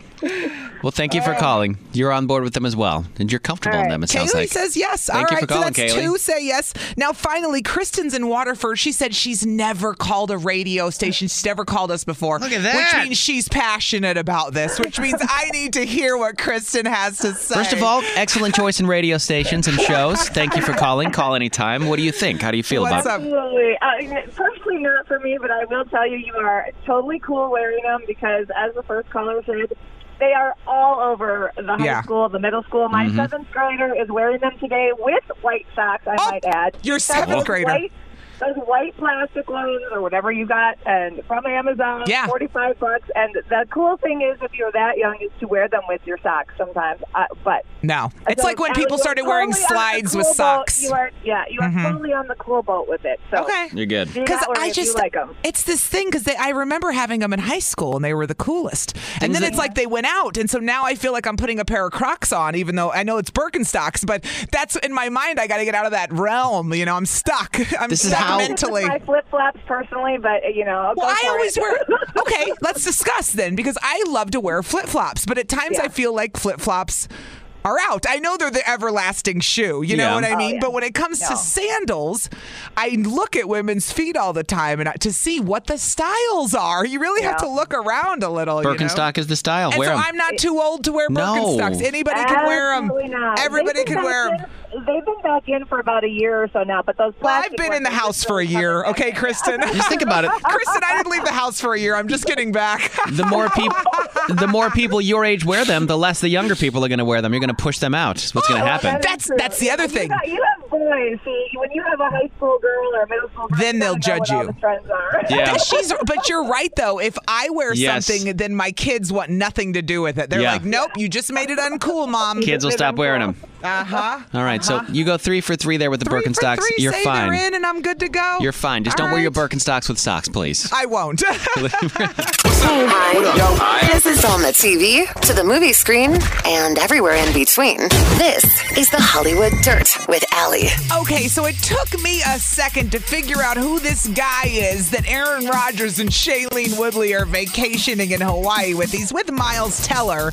S3: Well, thank you for calling. You're on board with them as well, and you're comfortable in them. It sounds
S2: Kaylee
S3: like.
S2: says yes.
S3: Thank
S2: All
S3: you
S2: right,
S3: for calling,
S2: so that's
S3: Kaylee.
S2: two say yes. Now, finally, Kristen's in Waterford. She said she's never called a radio station. She's never called us before.
S3: Look at
S2: Which
S3: that.
S2: means she's passionate about this, which means I need to hear what Kristen has to say.
S3: First of all, excellent choice in radio stations and shows. Thank you for calling. Call anytime. What do you think? How do you feel
S2: what's
S3: about
S2: up?
S7: Absolutely. Uh, personally, not for me, but I will tell you, you are totally cool wearing them because, as the first caller said, they are all over the high
S2: Yeah. Mm-hmm.
S7: school, the middle school. My seventh grader is wearing them today with white socks, I
S2: Oh,
S7: might add.
S2: your
S7: That's
S2: seventh
S7: those
S2: grader.
S7: White, those white plastic ones or whatever you got and from Amazon,
S2: Yeah.
S7: 45 bucks. And the cool thing is, if you're that young, is to wear them with your socks sometimes. Uh, but
S2: No. It's
S7: so,
S2: like when
S7: Allie,
S2: people
S7: you're
S2: started wearing
S7: totally on the
S2: slides
S7: cool
S2: with
S7: boat.
S2: socks. Mm-hmm.
S7: You are, yeah, you are totally on the cool boat with it. So
S2: Okay.
S3: You're good.
S7: do
S2: Because
S7: not worry
S2: I
S7: if you
S2: just,
S7: like 'em.
S2: it's this thing because I remember having them in high school and they were the coolest. and
S3: Things
S2: then
S3: that-
S2: it's like they went out. And so now I feel like I'm putting a pair of Crocs on, even though I know it's Birkenstocks, but that's in my mind. I got to get out of that realm. You know, I'm stuck. I'm
S3: This is
S2: stuck
S3: how-
S2: mentally.
S7: My flip flops, personally, but uh, you know. I'll go
S2: Well, I
S7: for
S2: always
S7: it.
S2: wear. Okay, let's discuss then because I love to wear flip flops, but at times I feel like flip flops are out. I know they're the everlasting shoe, you know
S3: Yeah.
S2: what I
S3: Oh,
S2: mean? But when it comes to sandals, I look at women's feet all the time and I, to see what the styles are. You really have to look around a little. you know?
S3: Birkenstock is the style.
S2: And
S3: Wear
S2: so
S3: 'em.
S2: I'm not too old to wear
S3: No.
S2: Birkenstocks. Anybody can wear them.
S7: Absolutely not.
S2: Everybody
S7: They've been
S2: can wear
S7: back
S2: them.
S7: in- They've been back in for about a year or so now, but those.
S2: Well, I've
S7: plastic
S2: been
S7: ones
S2: in the
S7: are just
S2: house for a
S7: really
S2: year.
S7: coming
S2: Okay,
S7: back.
S2: Kristen.
S3: Just think about it.
S2: Kristen, I didn't leave the house for a year. I'm just getting back.
S3: The more people, the more people your age wear them, the less the younger people are going to wear them. You're going to push them out. Is what's
S2: Oh,
S3: going to happen?
S7: that is
S2: That's
S7: true.
S2: that's the other thing.
S7: You, got- you have boys. See, when you have a high school girl or a middle school girl,
S2: Then
S7: you
S2: they'll
S7: gotta know
S2: judge
S7: what all
S2: you.
S7: the trends are.
S3: Yeah.
S2: But she's but you're right though. If I wear
S3: Yes.
S2: something, then my kids want nothing to do with it. They're
S3: Yeah.
S2: like, nope, you just made it uncool, mom.
S3: Kids will stop wearing them.
S2: Uh huh.
S3: All right, so you go three for three there with the
S2: Uh-huh. Three for
S3: Birkenstocks.
S2: three,
S3: You're
S2: say
S3: fine.
S2: They're in, and I'm good to go.
S3: You're fine. Just
S2: All
S3: don't wear your
S2: right.
S3: Birkenstocks with socks, please.
S2: I won't.
S1: Hi. This is on the TV, to the movie screen, and everywhere in between. This is the Hollywood Dirt with Allie.
S2: okay, so it took me a second to figure out who this guy is that Aaron Rodgers and Shailene Woodley are vacationing in Hawaii with. He's with Miles Teller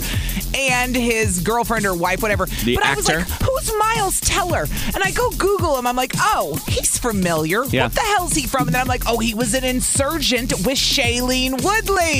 S2: and his girlfriend or wife, whatever.
S3: The
S2: but I was like,
S3: actor?
S2: who's Miles Teller? And I go Google him. I'm like, oh, he's familiar.
S3: Yeah.
S2: What the hell's he from? And then I'm like, oh, he was an insurgent with Shailene Woodley.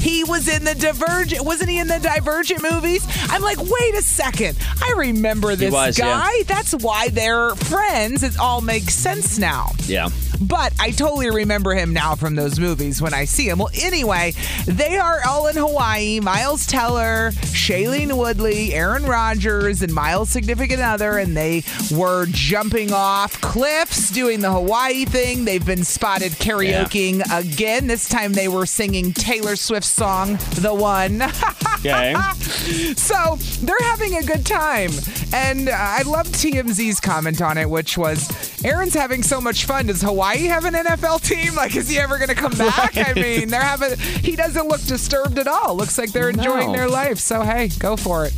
S2: He was in the Divergent. Wasn't he in the Divergent movies? I'm like, wait a second. I remember this
S3: was, yeah.
S2: guy. That's why they're friends. It all makes sense now.
S3: Yeah.
S2: But I totally remember him now from those movies when I see him. Well, anyway, they are all in Hawaii. Miles Teller, Shailene Woodley, Aaron Rodgers, and Miles' significant other, and they were jumping off cliffs, doing the Hawaii thing. They've been spotted karaokeing again. This time they were singing Taylor Swift's song, The One.
S3: Okay.
S2: So they're having a good time. And uh, I love TMZ's comment on it, which was Aaron's having so much fun. Does Hawaii have an NFL team? Like, is he ever going to come back? I mean, they're having, he doesn't look disturbed at all. Looks like they're enjoying
S3: No.
S2: their life. So, hey, go for it.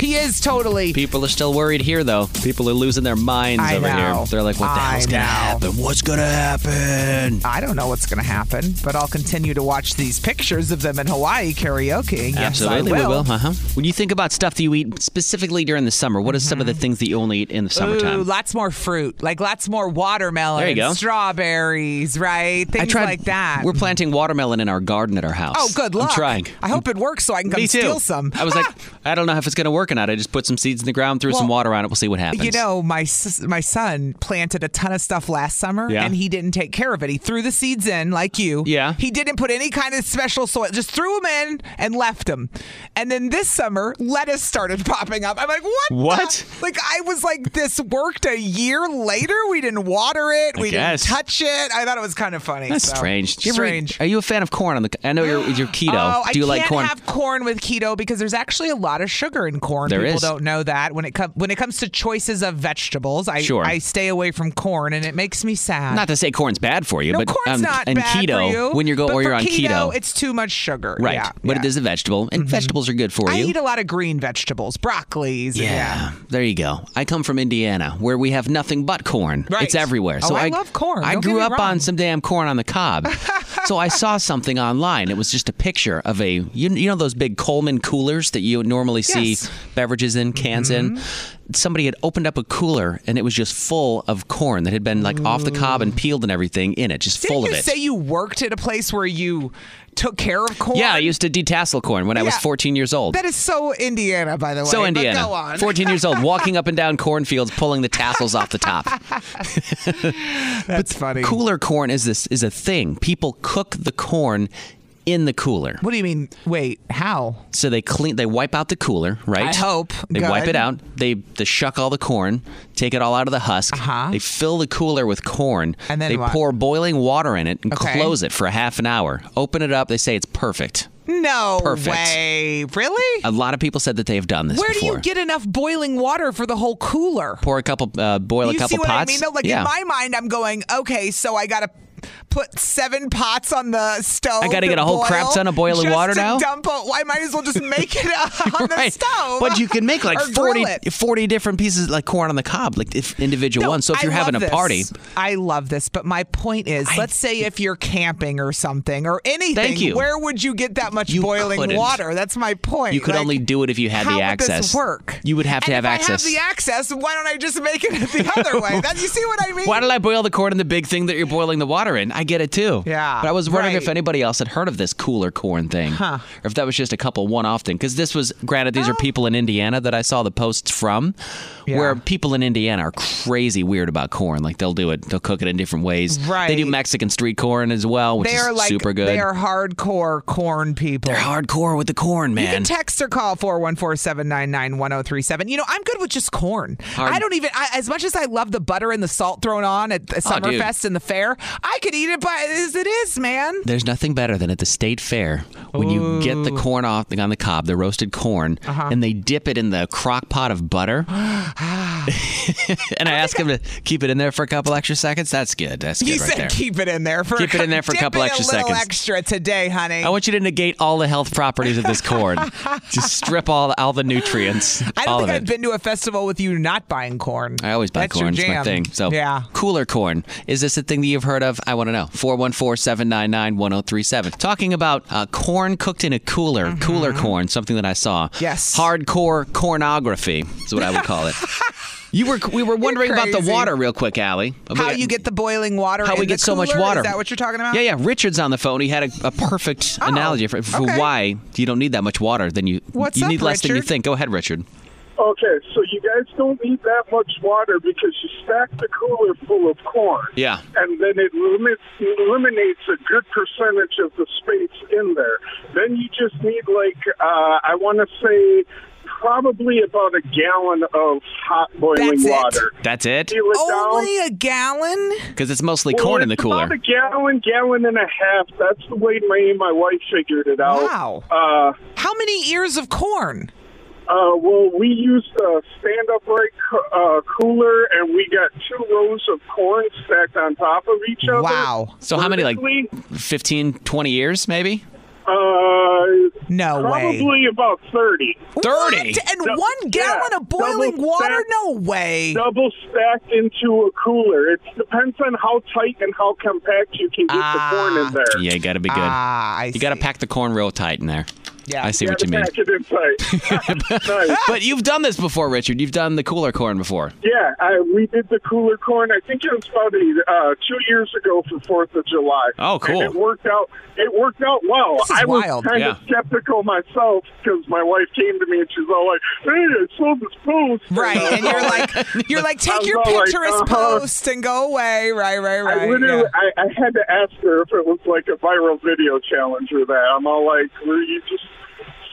S2: He is totally.
S3: People are still worried here, though. People are losing their minds
S2: I
S3: over
S2: know.
S3: here. They're like, what the
S2: I
S3: hell's going to
S2: know.
S3: happen? What's going to happen?
S2: I don't know what's going to happen, but I'll continue to watch these pictures of them in Hawaii karaoke.
S3: Absolutely,
S2: yes, I
S3: we will. Uh-huh. When you think about stuff that you eat specifically during the summer, what are some of the things that you only eat in the summertime?
S2: Mm-hmm. Ooh, lots more fruit, like lots more watermelon,
S3: There you go.
S2: strawberries, right? Things like that.
S3: We're planting watermelon in our garden at our house.
S2: Oh, good luck.
S3: I'm trying.
S2: I hope it works so I can come
S3: Me too.
S2: steal some.
S3: I was like, I don't know if it's going to work working on it. I just put some seeds in the ground, threw some
S2: Well,
S3: water on it. We'll see what happens.
S2: You know, my s- my son planted a ton of stuff last summer,
S3: Yeah.
S2: and he didn't take care of it. He threw the seeds in, like you.
S3: Yeah.
S2: He didn't put any kind of special soil; just threw them in and left them. And then this summer, lettuce started popping up. I'm like, what? the-
S3: What?
S2: Like I was like, this worked a year later. We didn't water it.
S3: I
S2: we
S3: guess.
S2: didn't touch it. I thought it was kind of funny.
S3: That's
S2: so.
S3: strange. Do you ever eat-
S2: Strange.
S3: are you a fan of corn? On the, I know you're you're keto.
S2: Oh,
S3: Do you
S2: I
S3: like
S2: can't
S3: corn?
S2: have corn with keto because there's actually a lot of sugar in corn.
S3: There
S2: People
S3: is.
S2: don't know that. When it comes when it comes to choices of vegetables, I
S3: Sure.
S2: I stay away from corn and it makes me sad.
S3: not to say corn's bad for you,
S2: no,
S3: but
S2: corn's
S3: um,
S2: not
S3: and
S2: bad
S3: keto
S2: for you.
S3: when you go
S2: but
S3: or
S2: for
S3: you're on
S2: keto,
S3: keto,
S2: it's too much sugar.
S3: right?
S2: Yeah,
S3: but it
S2: yeah. Mm-hmm.
S3: is a vegetable, and vegetables are good for
S2: I
S3: you.
S2: eat a lot of green vegetables, broccolis. and-
S3: Yeah, there you go. I come from Indiana, where we have nothing but corn.
S2: Right.
S3: It's everywhere.
S2: Oh,
S3: So
S2: I love corn.
S3: I
S2: Don't get
S3: grew
S2: me
S3: up on
S2: wrong.
S3: some damn corn on the cob. so I saw something online. It was just a picture of a you, you know those big Coleman coolers that you normally see
S2: Yes. Mm-hmm.
S3: beverages in cans in. Somebody had opened up a cooler and it was just full of corn that had been like off the cob and peeled and everything in it, just
S2: Didn't
S3: full
S2: you
S3: of it.
S2: say you worked at a place where you took care of corn?
S3: yeah, I used to detassel corn when I was
S2: Yeah.
S3: 14 years old.
S2: That is so Indiana, by the way.
S3: So
S2: but
S3: Indiana,
S2: go on.
S3: 14 years old, walking up and down cornfields, pulling the tassels off the top.
S2: That's funny.
S3: Cooler corn is this is a thing. People cook the corn in the cooler,
S2: What do you mean? Wait, how?
S3: so they clean, they wipe out the cooler, right?
S2: I hope.
S3: they wipe
S2: Good.
S3: it out. They they shuck all the corn, take it all out of the husk.
S2: Uh-huh.
S3: They fill the cooler with corn,
S2: And then
S3: they
S2: what?
S3: pour boiling water in it and
S2: Okay.
S3: close it for a half an hour. Open it up. They say it's perfect.
S2: No
S3: Perfect.
S2: way. Really?
S3: A lot of people said that they have done this.
S2: Where do
S3: before.
S2: you get enough boiling water for the whole cooler?
S3: Pour a couple, uh, boil a
S2: you
S3: couple
S2: see what
S3: pots.
S2: I mean? Though? Like
S3: yeah.
S2: in my mind, I'm going, okay, so I gotta put seven pots on the stove.
S3: I gotta get
S2: to
S3: a whole crap
S2: boil
S3: ton of boiling
S2: just
S3: water
S2: to
S3: now?
S2: Dump a, I might as well just make it on
S3: Right.
S2: the stove.
S3: But you can make like
S2: or grill
S3: 40,
S2: it.
S3: 40 different pieces like corn on the cob, like if individual
S2: No,
S3: ones. So if
S2: I
S3: you're having a
S2: love this.
S3: party,
S2: I love this, but my point is, let's say if you're camping or something or anything,
S3: you.
S2: where would you get that much
S3: You
S2: boiling
S3: couldn't.
S2: water? That's my point.
S3: you could
S2: Like,
S3: only do it if you had
S2: how
S3: the
S2: would this
S3: access.
S2: work?
S3: You would have to
S2: And
S3: have
S2: if
S3: access.
S2: I have the access. Why don't I just make it the other way? That, you see what I mean?
S3: Why don't I boil the corn in the big thing that you're boiling the water in? I get it too.
S2: Yeah,
S3: But I was wondering
S2: right.
S3: if anybody else had heard of this cooler corn thing,
S2: Huh.
S3: or if that was just a couple one-off thing. Because this was, granted, these are
S2: Oh.
S3: people in Indiana that I saw the posts from,
S2: Yeah.
S3: where people in Indiana are crazy weird about corn. Like they'll do it, they'll cook it in different ways. They do
S2: Right.
S3: Mexican street corn as well, which
S2: they
S3: is
S2: are like
S3: super good.
S2: they are hardcore corn people.
S3: They're hardcore with the corn,
S2: You can
S3: man.
S2: text or call 414-799-1037. You know, I'm good with just corn.
S3: Hard-
S2: I don't even I, as much as I love the butter and the salt thrown on at the
S3: Oh, dude.
S2: Summerfest and the fair, I could eat it by as it is, man.
S3: There's nothing better than at the state fair when you get the corn off on the cob, the roasted corn,
S2: Uh-huh.
S3: and they dip it in the crock pot of butter.
S2: Ah.
S3: and I ask them to keep it in there for a couple extra seconds. That's good. That's
S2: You
S3: good right
S2: said
S3: there.
S2: keep it in there for
S3: Keep it in there for a
S2: dip
S3: couple
S2: it
S3: extra
S2: a little
S3: seconds.
S2: extra today, honey.
S3: I want you to negate all the health properties of this corn. Just strip all all the nutrients.
S2: I don't
S3: all
S2: think
S3: of it.
S2: I've been to a festival with you not buying corn.
S3: I always buy
S2: That's
S3: corn. It's
S2: Your jam.
S3: my thing. So,
S2: yeah.
S3: cooler corn. Is this a thing that you've heard of? I want to know. 414 799 1037. Talking about uh, corn cooked in a cooler, cooler corn, something that I saw.
S2: Mm-hmm. Yes.
S3: Hardcore cornography is what I would call it. you were We were wondering about the
S2: crazy.
S3: water real quick, Allie.
S2: How you get the boiling water?
S3: How
S2: in
S3: we
S2: the
S3: get so much
S2: cooler?
S3: water.
S2: Is that what you're talking about? Oh,
S3: Yeah, yeah. Richard's on the phone. He had a, a perfect analogy for, for
S2: okay.
S3: why you don't need that much water than you
S2: What's
S3: you
S2: up,
S3: need less than you
S2: Richard?
S3: think. Go ahead, Richard.
S8: Okay, so you guys don't need that much water because you stack the cooler full of corn.
S3: Yeah.
S8: And then it limits, eliminates a good percentage of the space in there. Then you just need, like, uh, I want to say probably about a gallon of hot boiling
S2: That's it.
S8: water.
S3: That's it?
S8: Peel it down.
S2: Only a gallon?
S3: Because it's mostly
S8: Well,
S3: corn in the
S8: it's
S3: cooler.
S8: About a gallon, gallon and a half. That's the way me and my wife figured it out.
S2: Wow.
S8: Uh,
S2: How many ears of corn?
S8: Uh, well, we used a stand upright co- uh, cooler, and we got two rows of corn stacked on top of each other.
S2: Wow.
S3: So how many, like
S8: Vertically.
S3: 15, 20 years maybe?
S8: Uh,
S2: No
S8: probably
S2: way.
S8: about 30.
S3: 30.
S2: What? And
S8: Dou-
S2: one gallon
S8: yeah,
S2: of boiling
S8: double
S2: water?
S8: stack-
S2: No way.
S8: Double stacked into a cooler. It depends on how tight and how compact you can get the corn in there.
S3: Yeah, you got to be good.
S2: Ah, I
S3: you got to
S2: see.
S3: pack the corn real tight in there.
S2: Yeah.
S3: I see what you mean.
S8: Pack it in tight. Nice.
S3: But you've done this before, Richard. You've done the cooler corn before.
S8: Yeah, I, we did the cooler corn. I think it was about a, uh, two years ago for Fourth of July.
S3: Oh, cool.
S8: And it worked out. It worked out well.
S2: This is
S8: I was
S2: wild.
S8: kind of
S3: Yeah.
S8: skeptical myself because my wife came to me and she's all like, "Hey, I sold this post."
S2: Right,
S8: I was
S2: and
S8: all
S2: you're like, you're like, take
S8: I'm
S2: your
S8: all like,
S2: Pinterest
S8: uh-huh.
S2: post and go away. Right, right, right.
S8: I literally,
S2: yeah.
S8: I, I had to ask her if it was like a viral video challenge or that. I'm all like, "Were you just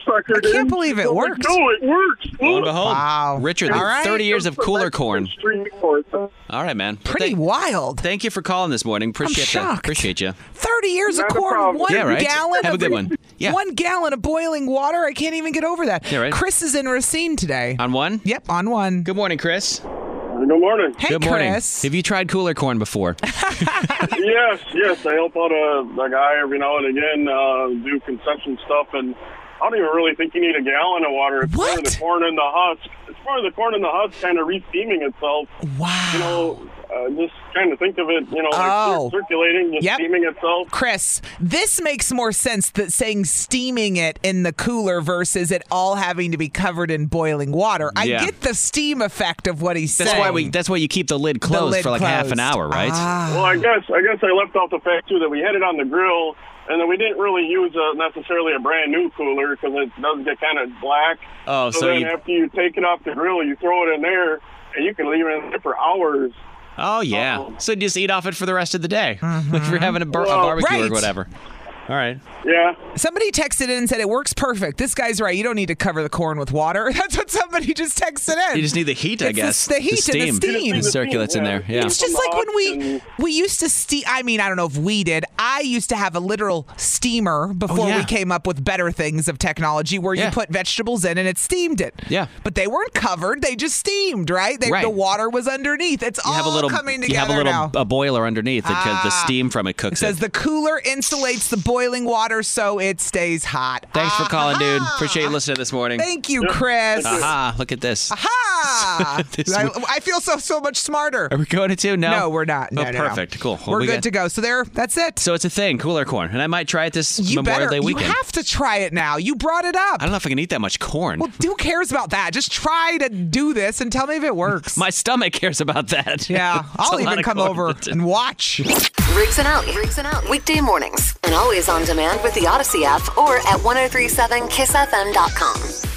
S8: suckered
S2: I can't
S8: in?"
S2: believe
S8: She's
S2: it
S8: all like,
S2: worked.
S8: no, it works.
S3: Lo and
S8: Look.
S3: behold,
S2: Wow.
S3: Richard,
S2: All right.
S3: 30 years of cooler corn.
S8: Extreme corn.
S3: All right, man. Well,
S2: Pretty
S3: thank-
S2: wild.
S3: Thank you for calling this morning. Appreciate that.
S2: shocked.
S3: Appreciate you.
S2: Thirty years of
S8: Not a
S2: corn,
S8: problem.
S2: one
S3: Yeah, right?
S2: gallon.
S3: Have a
S2: of-
S3: good one. Yeah.
S2: One gallon of boiling water. I can't even get over that.
S3: Yeah, right.
S2: Chris is in Racine today.
S3: On one.
S2: yep, on one.
S3: Good morning, Chris.
S8: Ah. Good morning.
S2: Hey,
S3: Good morning.
S2: Chris.
S3: Have you tried cooler corn before?
S8: yes, yes. I help out a, a guy every now and again, uh, do conception stuff, and I don't even really think you need a gallon of water. It's more
S2: What?
S8: the corn in the husk. It's more the corn in the husk kind of re-steaming itself.
S2: wow.
S8: You know, uh, just kind of think of it, you know, like
S2: Oh.
S8: cir- circulating, just
S2: Yep.
S8: steaming itself.
S2: Chris, this makes more sense that saying steaming it in the cooler versus it all having to be covered in boiling water. I
S3: Yeah.
S2: get the steam effect of what he's
S3: That's
S2: saying.
S3: why we. That's why you keep the lid
S2: The
S3: closed
S2: lid
S3: for like half an
S2: closed.
S3: hour, right?
S2: Ah.
S8: Well, I guess I guess I left off the fact too that we had it on the grill, and then we didn't really use a, necessarily a brand new cooler because it does get kind of black.
S3: Oh, so
S8: then
S3: you-
S8: after you take it off the grill, you throw it in there, and you can leave it in there for hours.
S3: Oh yeah.
S8: Uh-oh.
S3: So just eat off it for the rest of the day if you're having a, bar- a
S8: Well,
S3: barbecue
S2: Mm-hmm. right.
S3: or whatever. All right.
S8: Yeah,
S2: Somebody texted in and said it works perfect. This guy's right. You don't need to cover the corn with water. That's what somebody just texted in.
S3: You just need the heat, I
S2: It's the-
S3: guess.
S2: the heat and
S3: steam.
S2: the steam.
S3: It circulates in there. Yeah.
S2: It's just like when we we used to steam. I mean, I don't know if we did. I used to have a literal steamer before
S3: yeah.
S2: we came up with better things of technology, where
S3: Yeah.
S2: you put vegetables in and it steamed it.
S3: Yeah.
S2: but they weren't covered; they just steamed. Right? They,
S3: Right.
S2: The water was underneath. It's
S3: You
S2: all
S3: have a little.
S2: coming together
S3: You have a little
S2: now.
S3: a boiler underneath because the
S2: Ah.
S3: steam from it
S2: it
S3: cooks it.
S2: says the cooler insulates the boiling water so it stays hot.
S3: Thanks for calling, dude.
S2: Ah.
S3: Appreciate you listening this morning.
S2: Thank you, Chris.
S3: Aha! Look at this.
S2: Ha!
S3: This
S2: I,
S3: week-
S2: I feel so so much smarter.
S3: Are we going to two? No.
S2: No, we're not. No,
S3: oh,
S2: no, no.
S3: perfect. Cool. Well,
S2: We're
S3: we
S2: good
S3: got-
S2: to go. So there, that's it.
S3: So it's a thing, cooler corn, and I might try it this
S2: you
S3: Memorial
S2: better.
S3: Day weekend.
S2: You have to try it now. You brought it up.
S3: I don't know if I can eat that much corn.
S2: Well, who cares about that? Just try to do this and tell me if it works.
S3: My stomach cares about that.
S2: yeah,
S3: It's a
S2: I'll
S3: lot
S2: even
S3: of
S2: come
S3: corn.
S2: over and watch.
S1: Riggs and Out. Riggs and Out. Weekday mornings and always on demand with the Odyssey app or at 1037kissfm.com.